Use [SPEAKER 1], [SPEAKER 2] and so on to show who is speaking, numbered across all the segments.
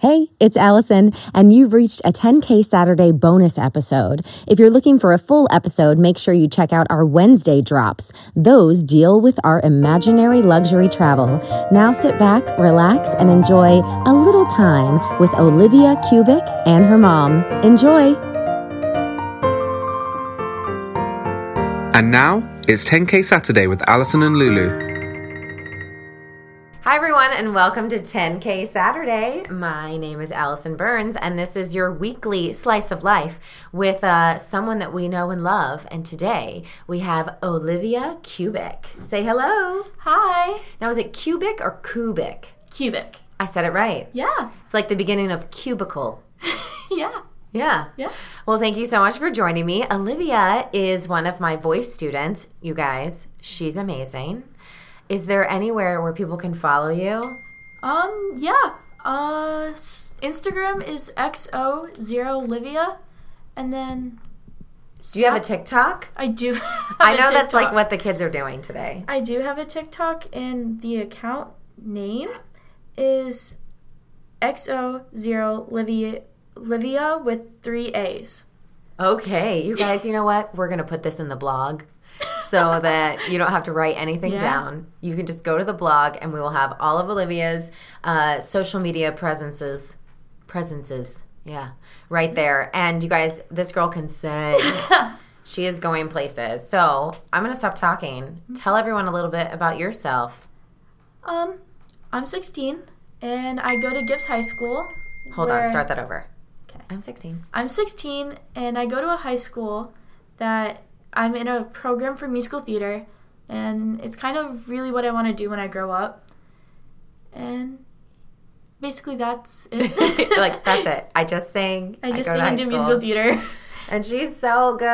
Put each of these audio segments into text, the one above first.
[SPEAKER 1] Hey, it's Allison, and you've reached a 10K Saturday bonus episode. If you're looking for a full episode, make sure you check out our Wednesday drops. Those deal with our imaginary luxury travel. Now sit back, relax, and enjoy a little time with Olivia Kubik and her mom. Enjoy!
[SPEAKER 2] And now it's 10K Saturday with Allison and Lulu.
[SPEAKER 1] Hi, everyone, and welcome to 10K Saturday. My name is Allison Burns, and this is your weekly slice of life with uh, someone that we know and love. And today we have Olivia Kubik. Say hello.
[SPEAKER 3] Hi.
[SPEAKER 1] Now, is it Kubik or Kubik?
[SPEAKER 3] Cubic.
[SPEAKER 1] I said it right.
[SPEAKER 3] Yeah.
[SPEAKER 1] It's like the beginning of cubicle.
[SPEAKER 3] Yeah.
[SPEAKER 1] Yeah.
[SPEAKER 3] Yeah.
[SPEAKER 1] Well, thank you so much for joining me. Olivia is one of my voice students, you guys. She's amazing. Is there anywhere where people can follow you?
[SPEAKER 3] Um, yeah. Uh, s- Instagram is xo0livia. And then
[SPEAKER 1] Do you have a TikTok?
[SPEAKER 3] I do. have
[SPEAKER 1] I
[SPEAKER 3] a
[SPEAKER 1] know that's like
[SPEAKER 3] TikTok.
[SPEAKER 1] what the kids are doing today.
[SPEAKER 3] I do have a TikTok, and the account name is xo0livia livia with three A's.
[SPEAKER 1] Okay, you guys, you know what? We're going to put this in the blog so that you don't have to write anything
[SPEAKER 3] Yeah.
[SPEAKER 1] down. You can just go to the blog and we will have all of Olivia's uh, social media presences. Presences. Yeah, right there. And you guys, this girl can sing. she is going places. So I'm going to stop talking.
[SPEAKER 3] Mm-hmm.
[SPEAKER 1] Tell everyone a little bit about yourself.
[SPEAKER 3] Um, I'm 16, and I go to Gibbs High School.
[SPEAKER 1] Hold
[SPEAKER 3] where-
[SPEAKER 1] on, start that over.
[SPEAKER 3] Okay.
[SPEAKER 1] I'm 16.
[SPEAKER 3] I'm 16 and I go to a high school that I'm in a program for musical theater and it's kind of really what I want to do when I grow up. And basically that's it.
[SPEAKER 1] like, that's it. I just sang.
[SPEAKER 3] I just
[SPEAKER 1] go to
[SPEAKER 3] sing
[SPEAKER 1] high
[SPEAKER 3] and do
[SPEAKER 1] school.
[SPEAKER 3] musical theater.
[SPEAKER 1] And she's so good.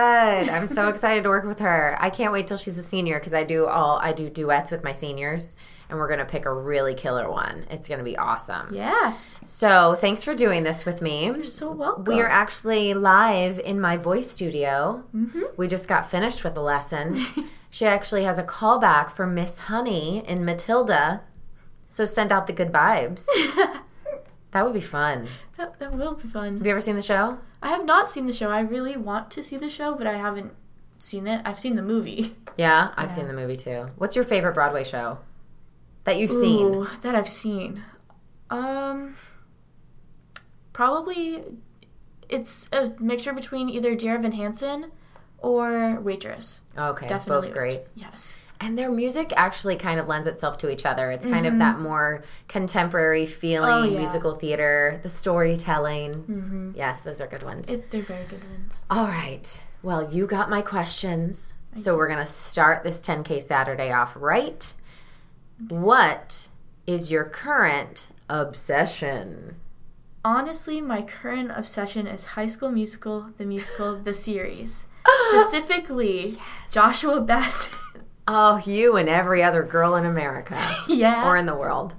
[SPEAKER 1] I'm so excited to work with her. I can't wait till she's a senior because I do all I do duets with my seniors, and we're gonna pick a really killer one. It's gonna be awesome.
[SPEAKER 3] yeah.
[SPEAKER 1] So thanks for doing this with me.
[SPEAKER 3] You're so welcome.
[SPEAKER 1] We are actually live in my voice studio.
[SPEAKER 3] Mhm.
[SPEAKER 1] We just got finished with the lesson. she actually has a callback for Miss Honey in Matilda. So send out the good vibes. that would be fun.
[SPEAKER 3] that, that will be fun.
[SPEAKER 1] Have you ever seen the show?
[SPEAKER 3] I have not seen the show. I really want to see the show, but I haven't seen it. I've seen the movie.
[SPEAKER 1] Yeah, I've seen the movie too. What's your favorite Broadway show that you've seen?
[SPEAKER 3] Ooh, that I've seen. Um, probably it's a mixture between either Dear Evan Hansen or Waitress.
[SPEAKER 1] Okay,
[SPEAKER 3] Definitely,
[SPEAKER 1] both great.
[SPEAKER 3] Waitress. Yes.
[SPEAKER 1] And their music actually kind of lends itself to each other. It's kind of that more contemporary feeling,
[SPEAKER 3] Mm-hmm. Oh, yeah. Mm-hmm.
[SPEAKER 1] musical theater, the storytelling. Yes, those are good ones.
[SPEAKER 3] It, they're very good ones.
[SPEAKER 1] All right. Well, you got my questions. So we're going to start this 10K Saturday off right. What is your current obsession?
[SPEAKER 3] Honestly, my current obsession is High School Musical, the musical, the series. Specifically, Joshua Bassett.
[SPEAKER 1] Oh, you and every other girl in America.
[SPEAKER 3] yeah.
[SPEAKER 1] or in the world.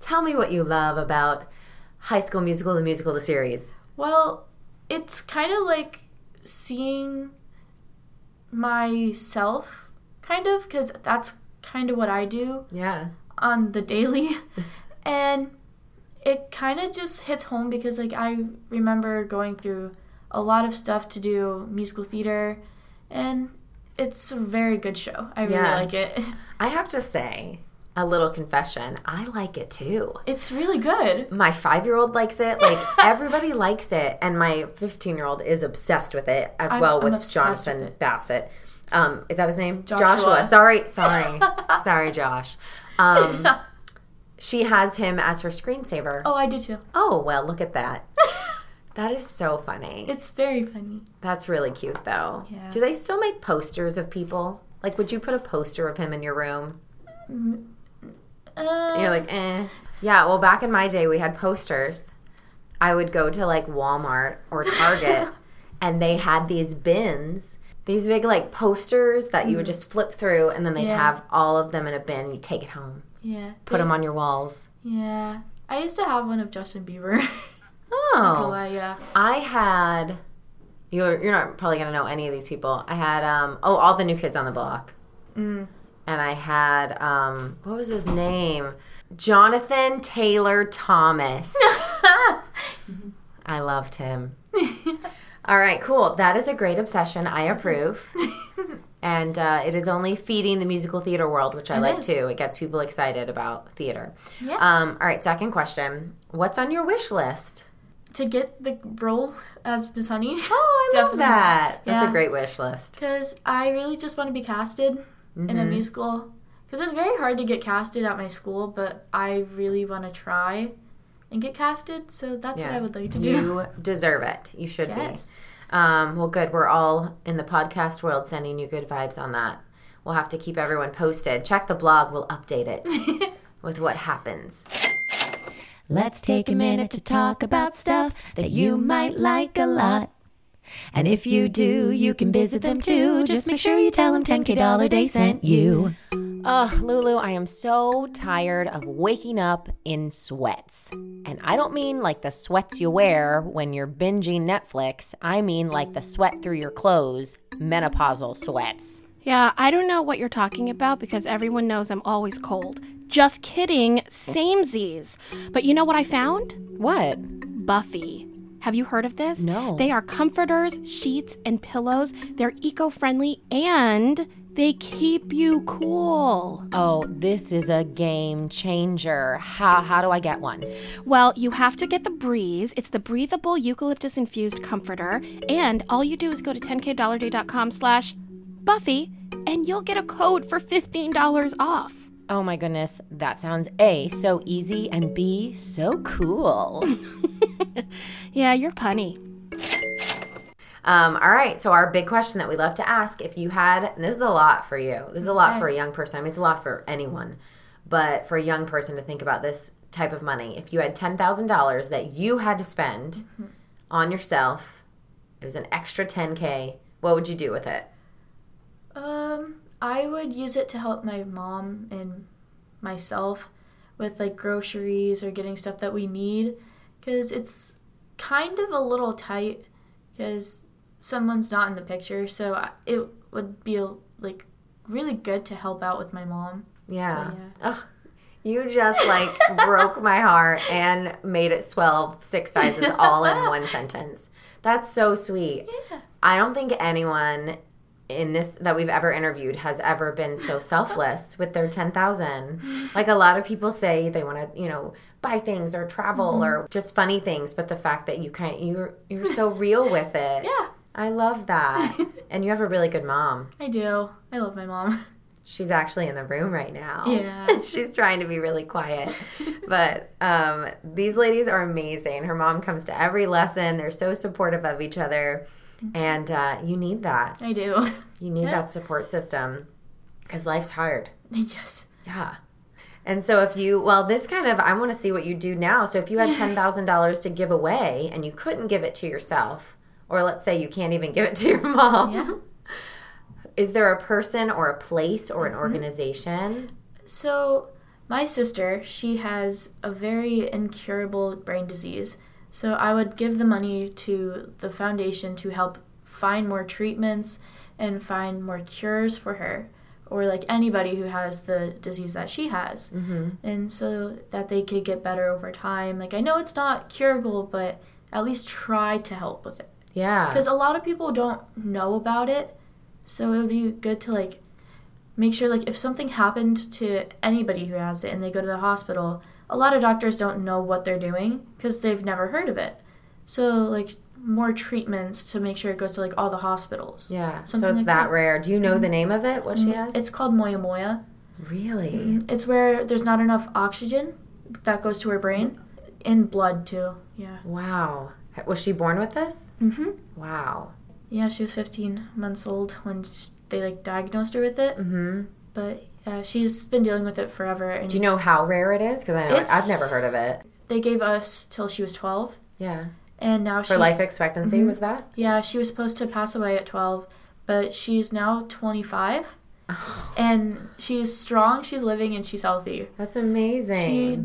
[SPEAKER 1] Tell me what you love about High School Musical, the musical, the series.
[SPEAKER 3] Well, it's kind of like seeing myself, kind of, because that's kind of what I do
[SPEAKER 1] Yeah.
[SPEAKER 3] on the daily. and it kind of just hits home because, like, I remember going through a lot of stuff to do musical theater, and it's a very good show. I really
[SPEAKER 1] Yeah.
[SPEAKER 3] like it.
[SPEAKER 1] I have to say, a little confession, I like it too.
[SPEAKER 3] It's really good.
[SPEAKER 1] My five year old likes it. Like, everybody likes it. And my 15 year old is obsessed with it as
[SPEAKER 3] I'm-
[SPEAKER 1] well
[SPEAKER 3] I'm
[SPEAKER 1] with
[SPEAKER 3] obsessed
[SPEAKER 1] Jonathan Bassett. Um, is that his name?
[SPEAKER 3] Joshua.
[SPEAKER 1] Sorry. Sorry. sorry, Josh. Um, she has him as her screensaver.
[SPEAKER 3] Oh, I do too.
[SPEAKER 1] oh well, look at that. that is so funny.
[SPEAKER 3] It's very funny.
[SPEAKER 1] That's really cute, though.
[SPEAKER 3] Yeah.
[SPEAKER 1] Do they still make posters of people? Like, would you put a poster of him in your room?
[SPEAKER 3] Uh,
[SPEAKER 1] And you're like, eh. Yeah, well, back in my day, we had posters. I would go to like Walmart or Target, and they had these bins, these big like posters that you would just flip through, and then they'd
[SPEAKER 3] Mm. Yeah.
[SPEAKER 1] have all of them in a bin. You take it home,
[SPEAKER 3] Uh, yeah.
[SPEAKER 1] put them on your walls.
[SPEAKER 3] Yeah. I used to have one of Justin Bieber.
[SPEAKER 1] Oh,
[SPEAKER 3] Nicola, yeah.
[SPEAKER 1] I had. You're, you're not probably gonna know any of these people. I had um oh all the new kids on the block.
[SPEAKER 3] Mm.
[SPEAKER 1] and I had um what was his name? Jonathan Taylor Thomas. I love Tim. All right, cool. That is a great obsession. I approve. and uh, it is only feeding the musical theater world, which I
[SPEAKER 3] It
[SPEAKER 1] like
[SPEAKER 3] is.
[SPEAKER 1] too. It gets people excited about theater.
[SPEAKER 3] Yeah.
[SPEAKER 1] Um, all right, second question. What's on your wish list?
[SPEAKER 3] to get the role as Miss Honey.
[SPEAKER 1] Oh, I love
[SPEAKER 3] Definitely.
[SPEAKER 1] that. That's a
[SPEAKER 3] Yeah.
[SPEAKER 1] great wish list.
[SPEAKER 3] Because I really just want to be casted in
[SPEAKER 1] Mm-hmm.
[SPEAKER 3] a musical. Because it's very hard to get casted at my school, but I really want to try and get casted. So that's what I would like to do.
[SPEAKER 1] You deserve it. You should
[SPEAKER 3] Yes.
[SPEAKER 1] be. Um, well, good. We're all in the podcast world sending you good vibes on that. We'll have to keep everyone posted. Check the blog, we'll update it with what happens.
[SPEAKER 4] Let's take a minute to talk about stuff that you might like a lot. And if you do, you can visit them too. Just make sure you tell them 10K Dollar Day sent you.
[SPEAKER 1] Oh, Lulu, I am so tired of waking up in sweats. And I don't mean like the sweats you wear when you're binging Netflix, I mean like the sweat through your clothes, menopausal sweats.
[SPEAKER 5] Yeah, I don't know what you're talking about because everyone knows I'm always cold. Just kidding, samesies. But you know what I found?
[SPEAKER 1] What?
[SPEAKER 5] Buffy. Have you heard of this?
[SPEAKER 1] No.
[SPEAKER 5] They are comforters, sheets, and pillows. They're eco friendly and they keep you cool.
[SPEAKER 1] Oh, this is a game changer. How, how do I get one?
[SPEAKER 5] Well, you have to get the Breeze. It's the breathable eucalyptus infused comforter. And all you do is go to 10kdollarday.com slash Buffy and you'll get a code for $15 off.
[SPEAKER 1] Oh my goodness, that sounds A, so easy, and B, so cool.
[SPEAKER 5] Yeah, you're punny.
[SPEAKER 4] Um, all right, so our big question that we love to ask if you had, and this is a lot for you, this is a lot for a young person, I mean, it's a lot for anyone, but for a young person to think about this type of money, if you had $10,000 that you had to spend
[SPEAKER 1] Mm-hmm.
[SPEAKER 4] on yourself, it was an extra 10K, what would you do with it?
[SPEAKER 3] Um, I would use it to help my mom and myself with like groceries or getting stuff that we need because it's kind of a little tight because someone's not in the picture. So I- it would be like really good to help out with my mom.
[SPEAKER 4] Yeah.
[SPEAKER 3] So,
[SPEAKER 4] Ugh, you just like broke my heart and made it swell six sizes all in one sentence. That's so sweet. I don't think anyone in this that we've ever interviewed has ever been so selfless with their 10,000. Like a lot of people say they want to, you know, buy things or travel
[SPEAKER 3] Mm-hmm.
[SPEAKER 4] or just funny things, but the fact that you kind you're you're so real with it.
[SPEAKER 3] Yeah,
[SPEAKER 4] I love that. and you have a really good mom.
[SPEAKER 3] I do. I love my mom.
[SPEAKER 4] She's actually in the room right now.
[SPEAKER 3] Yeah.
[SPEAKER 4] She's trying to be really quiet. But um, these ladies are amazing. Her mom comes to every lesson. They're so supportive of each other.
[SPEAKER 3] Mm-hmm.
[SPEAKER 4] And uh, you need that.
[SPEAKER 3] I do.
[SPEAKER 4] You need that support system because life's hard.
[SPEAKER 3] yes.
[SPEAKER 4] Yeah. And so if you, well, this kind of, I want to see what you do now. So if you had $10,000 to give away and you couldn't give it to yourself, or let's say you can't even give it to your mom.
[SPEAKER 3] Yeah.
[SPEAKER 4] Is there a person or a place or an
[SPEAKER 3] Mm-hmm.
[SPEAKER 4] organization
[SPEAKER 3] So, my sister, she has a very incurable brain disease. So, I would give the money to the foundation to help find more treatments and find more cures for her or like anybody who has the disease that she has. Mm-hmm. And so that they could get better over time. Like, I know it's not curable, but at least try to help with it.
[SPEAKER 4] Yeah.
[SPEAKER 3] because a lot of people don't know about it so it would be good to like make sure like if something happened to anybody who has it and they go to the hospital a lot of doctors don't know what they're doing because they've never heard of it so like more treatments to make sure it goes to like all the hospitals
[SPEAKER 4] Yeah. So
[SPEAKER 3] something
[SPEAKER 4] it's
[SPEAKER 3] like
[SPEAKER 4] that
[SPEAKER 3] that. Mm-hmm.
[SPEAKER 4] rare. Do you know the name of it? What she has?
[SPEAKER 3] it's Mm-hmm. called moya moya
[SPEAKER 4] really.
[SPEAKER 3] it's where there's not enough oxygen that goes to her brain and blood too yeah
[SPEAKER 4] Wow. Was she born with this?
[SPEAKER 3] mm-hmm.
[SPEAKER 4] Wow.
[SPEAKER 3] Yeah, she was 15 months old when sh they like diagnosed her with it. Mm-hmm. But uh, she's been dealing with it forever, and
[SPEAKER 4] Do you know how rare it is? Because I know
[SPEAKER 3] It's-
[SPEAKER 4] I've never heard of it.
[SPEAKER 3] they gave us till she was 12,
[SPEAKER 4] Yeah.
[SPEAKER 3] and now
[SPEAKER 4] For
[SPEAKER 3] she's Mm-hmm.
[SPEAKER 4] life expectancy was that?
[SPEAKER 3] yeah she was supposed to pass away at 12, but she's now 25, and she's strong, she's living, and she's healthy.
[SPEAKER 4] That's amazing.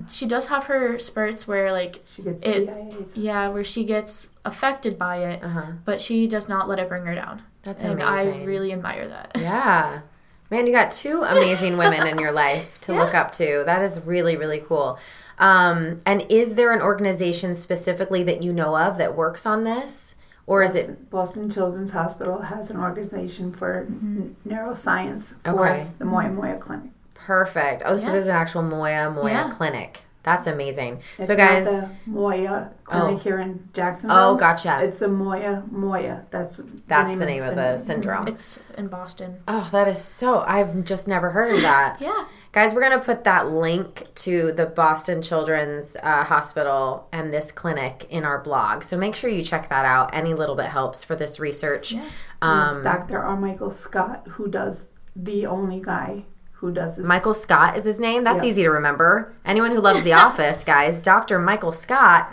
[SPEAKER 3] She she does have her spurts where like she gets yeah where she gets affected by it,
[SPEAKER 4] Uh-huh.
[SPEAKER 3] but she does not let it bring her down,
[SPEAKER 4] That's
[SPEAKER 3] and
[SPEAKER 4] amazing.
[SPEAKER 3] I really admire that.
[SPEAKER 4] Yeah. Man, you got two amazing women in your life to look up to. That is really, really cool.
[SPEAKER 1] Um, and is there an organization specifically that you know of that works on this? Or is it
[SPEAKER 6] Boston Children's Hospital has an organization for n- neuroscience for
[SPEAKER 1] Mm-hmm. Okay.
[SPEAKER 6] the Moya Moya Clinic.
[SPEAKER 1] perfect? Oh, so
[SPEAKER 3] Yeah.
[SPEAKER 1] there's an actual Moya Moya
[SPEAKER 3] Yeah.
[SPEAKER 1] clinic. That's amazing.
[SPEAKER 6] It's
[SPEAKER 1] so
[SPEAKER 6] not
[SPEAKER 1] guys,
[SPEAKER 6] the Moya Clinic here in Jacksonville.
[SPEAKER 1] oh gotcha.
[SPEAKER 6] It's the Moya Moya. That's
[SPEAKER 1] That's the name of the
[SPEAKER 6] syndrome.
[SPEAKER 1] syndrome.
[SPEAKER 3] It's in Boston.
[SPEAKER 1] Oh, that is so. I've just never heard of that.
[SPEAKER 3] Yeah.
[SPEAKER 1] Guys, we're going to put that link to the Boston Children's uh, Hospital and this clinic in our blog. So make sure you check that out. Any little bit helps for this research.
[SPEAKER 6] It's
[SPEAKER 1] Um,
[SPEAKER 6] Dr. Armichael Scott, who does the only guy who does this.
[SPEAKER 1] Michael Scott is his name. That's easy to remember. Anyone who loves The Office, guys, Dr. Michael Scott.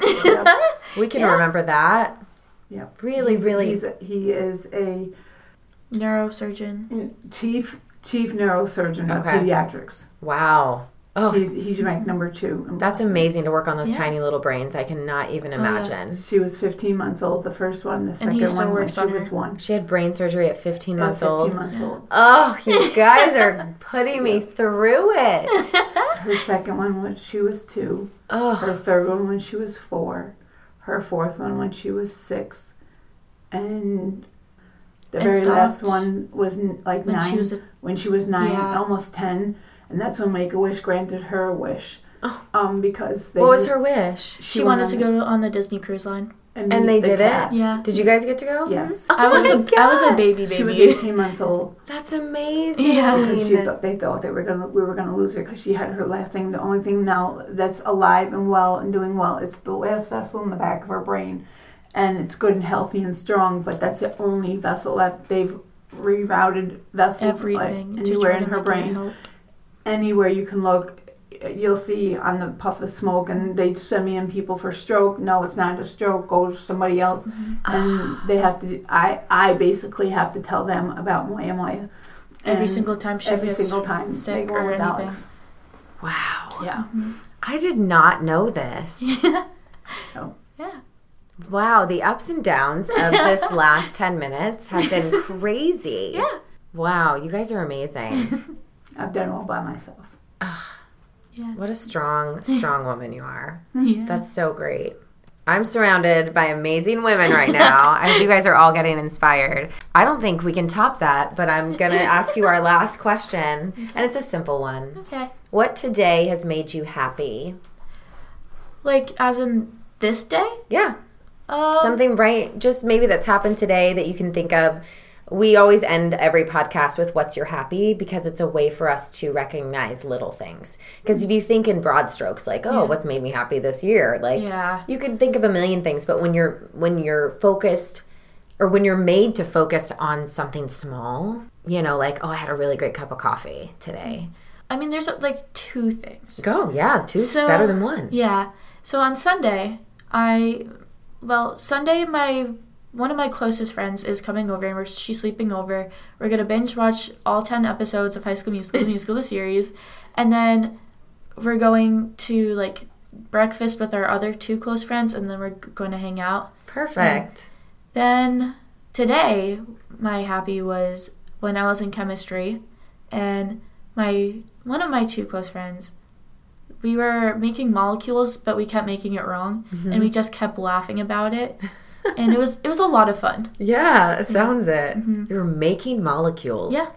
[SPEAKER 1] we can remember that.
[SPEAKER 6] Yep.
[SPEAKER 1] Really, really.
[SPEAKER 6] He's a, he is a
[SPEAKER 3] Neurosurgeon.
[SPEAKER 6] chief chief neurosurgeon of
[SPEAKER 1] Okay.
[SPEAKER 6] pediatrics.
[SPEAKER 1] wow. Oh,
[SPEAKER 6] He's he's ranked number two. in
[SPEAKER 1] that's amazing to work on those
[SPEAKER 3] Yeah. Oh,
[SPEAKER 1] tiny little brains. I cannot even imagine.
[SPEAKER 6] She was 15 months old, the first one. The second
[SPEAKER 3] he still
[SPEAKER 6] one when
[SPEAKER 3] works
[SPEAKER 6] she
[SPEAKER 3] on
[SPEAKER 6] was
[SPEAKER 3] her.
[SPEAKER 6] one.
[SPEAKER 1] She had brain surgery at 15
[SPEAKER 6] She was
[SPEAKER 1] months
[SPEAKER 6] 15
[SPEAKER 1] old.
[SPEAKER 6] months old.
[SPEAKER 1] Oh, you guys are putting me through it.
[SPEAKER 6] Her second one when she was two.
[SPEAKER 1] Oh,
[SPEAKER 6] Her third one when she was four. Her fourth one when she was six. And the
[SPEAKER 3] And
[SPEAKER 6] very last
[SPEAKER 3] stopped
[SPEAKER 6] one was n- like
[SPEAKER 3] when she
[SPEAKER 6] nine.
[SPEAKER 3] was a-
[SPEAKER 6] when she was nine,
[SPEAKER 1] Yeah.
[SPEAKER 6] almost ten. And that's when Make a Wish granted her a wish.
[SPEAKER 3] Oh.
[SPEAKER 6] Um, because they
[SPEAKER 1] what was her wish?
[SPEAKER 3] She, wanted to go on the Disney cruise line.
[SPEAKER 6] meet
[SPEAKER 1] And they
[SPEAKER 6] the
[SPEAKER 1] did
[SPEAKER 6] cast.
[SPEAKER 1] it.
[SPEAKER 3] Yeah.
[SPEAKER 1] Did you guys get to go? Oh
[SPEAKER 6] Yes.
[SPEAKER 3] I was a, I was a
[SPEAKER 1] God.
[SPEAKER 3] baby baby.
[SPEAKER 6] Oh She was 18 months old
[SPEAKER 1] That's amazing.
[SPEAKER 3] Yeah.
[SPEAKER 6] because she thought they thought they were gonna we were gonna lose her because she had her last thing. The only thing now that's alive and well and doing well is the last vessel in the back of her brain, and it's good and healthy and strong. But that's the only vessel left. They've rerouted vessels like,
[SPEAKER 3] Everything to
[SPEAKER 6] anywhere
[SPEAKER 3] try
[SPEAKER 6] in
[SPEAKER 3] to
[SPEAKER 6] her
[SPEAKER 3] make
[SPEAKER 6] brain.
[SPEAKER 3] help.
[SPEAKER 6] anywhere you can look you'll see on the puff of smoke and they send me in people for stroke no it's not a stroke go to somebody else
[SPEAKER 3] Mm-hmm. Ah.
[SPEAKER 6] and they have to i i basically have to tell them about moya moya
[SPEAKER 3] Every
[SPEAKER 6] And
[SPEAKER 3] single time she
[SPEAKER 6] every
[SPEAKER 3] gets
[SPEAKER 6] single time they
[SPEAKER 3] sick
[SPEAKER 6] go
[SPEAKER 3] or
[SPEAKER 6] with
[SPEAKER 3] anything.
[SPEAKER 6] Alex.
[SPEAKER 1] Wow.
[SPEAKER 6] yeah
[SPEAKER 1] I did not know this.
[SPEAKER 3] Yeah.
[SPEAKER 1] Wow, the ups and downs of this last 10 minutes have been crazy. Yeah. Wow, you guys are amazing.
[SPEAKER 6] i've done all by myself
[SPEAKER 1] What a strong, strong woman you are.
[SPEAKER 6] Hmm.
[SPEAKER 3] Yeah.
[SPEAKER 1] That's so great. I'm surrounded by amazing women right now. I hope you guys are all getting inspired. I don't think we can top that, but I'm going to ask you our last question, and it's a simple one.
[SPEAKER 3] Okay.
[SPEAKER 1] What today has made you happy?
[SPEAKER 3] Like as in this day?
[SPEAKER 1] Yeah,
[SPEAKER 3] Um,
[SPEAKER 1] something right, just maybe that's happened today that you can think of. We always end every podcast with what's your happy because it's a way for us to recognize little things. Because if you think in broad strokes like, oh, what's made me happy this year? Like
[SPEAKER 3] Yeah.
[SPEAKER 1] you could think of a million things, but when you're when you're focused or when you're made to focus on something small, you know, like, oh, I had a really great cup of coffee today.
[SPEAKER 3] I mean, there's like two things.
[SPEAKER 1] Go, yeah, two's
[SPEAKER 3] So-
[SPEAKER 1] better than one.
[SPEAKER 3] Yeah. So on Sunday, I well, Sunday my one of my closest friends is coming over and we're, she's sleeping over. We're going to binge watch all 10 episodes of High School Musical the musical the series and then we're going to like breakfast with our other two close friends and then we're going to hang out.
[SPEAKER 1] Perfect.
[SPEAKER 3] Then today, my happy was when I was in chemistry, and my one of my two close friends, we were making molecules, but we kept making it wrong,
[SPEAKER 1] Mm-hmm.
[SPEAKER 3] and we just kept laughing about it, and it was it was a lot of fun.
[SPEAKER 1] Yeah, it sounds it. You're making molecules.
[SPEAKER 3] Mm-hmm. Yeah.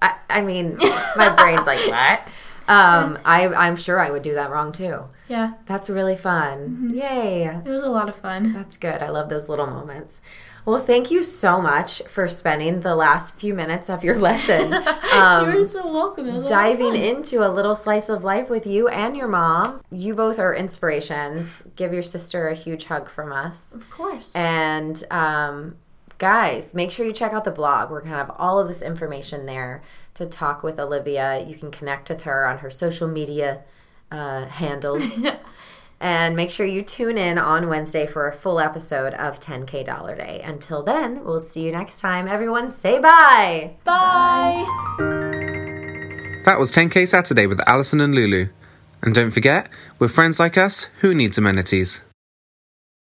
[SPEAKER 1] I, I mean, my brain's like, what? Um, I, I'm sure I would do that wrong too.
[SPEAKER 3] Yeah,
[SPEAKER 1] That's really
[SPEAKER 3] Mm-hmm.
[SPEAKER 1] fun. Yay.
[SPEAKER 3] it was a lot of fun.
[SPEAKER 1] That's good. I love those little moments. Well, thank you so much for spending the last few minutes of your lesson
[SPEAKER 3] you were
[SPEAKER 1] um,
[SPEAKER 3] so welcome. It was a lot of
[SPEAKER 1] diving
[SPEAKER 3] fun.
[SPEAKER 1] into a little slice of life with you and your mom. You both are inspirations. Give your sister a huge hug from us.
[SPEAKER 3] of course.
[SPEAKER 1] And um, guys, make sure you check out the blog. We're going to have all of this information there to talk with Olivia. You can connect with her on her social media uh, handles. and make sure you tune in on Wednesday for a full episode of 10K Dollar Day. Until then, we'll see you next time. Everyone, say bye.
[SPEAKER 3] Bye.
[SPEAKER 2] That was 10K Saturday with Allison and Lulu. And don't forget, with friends like us, who needs amenities?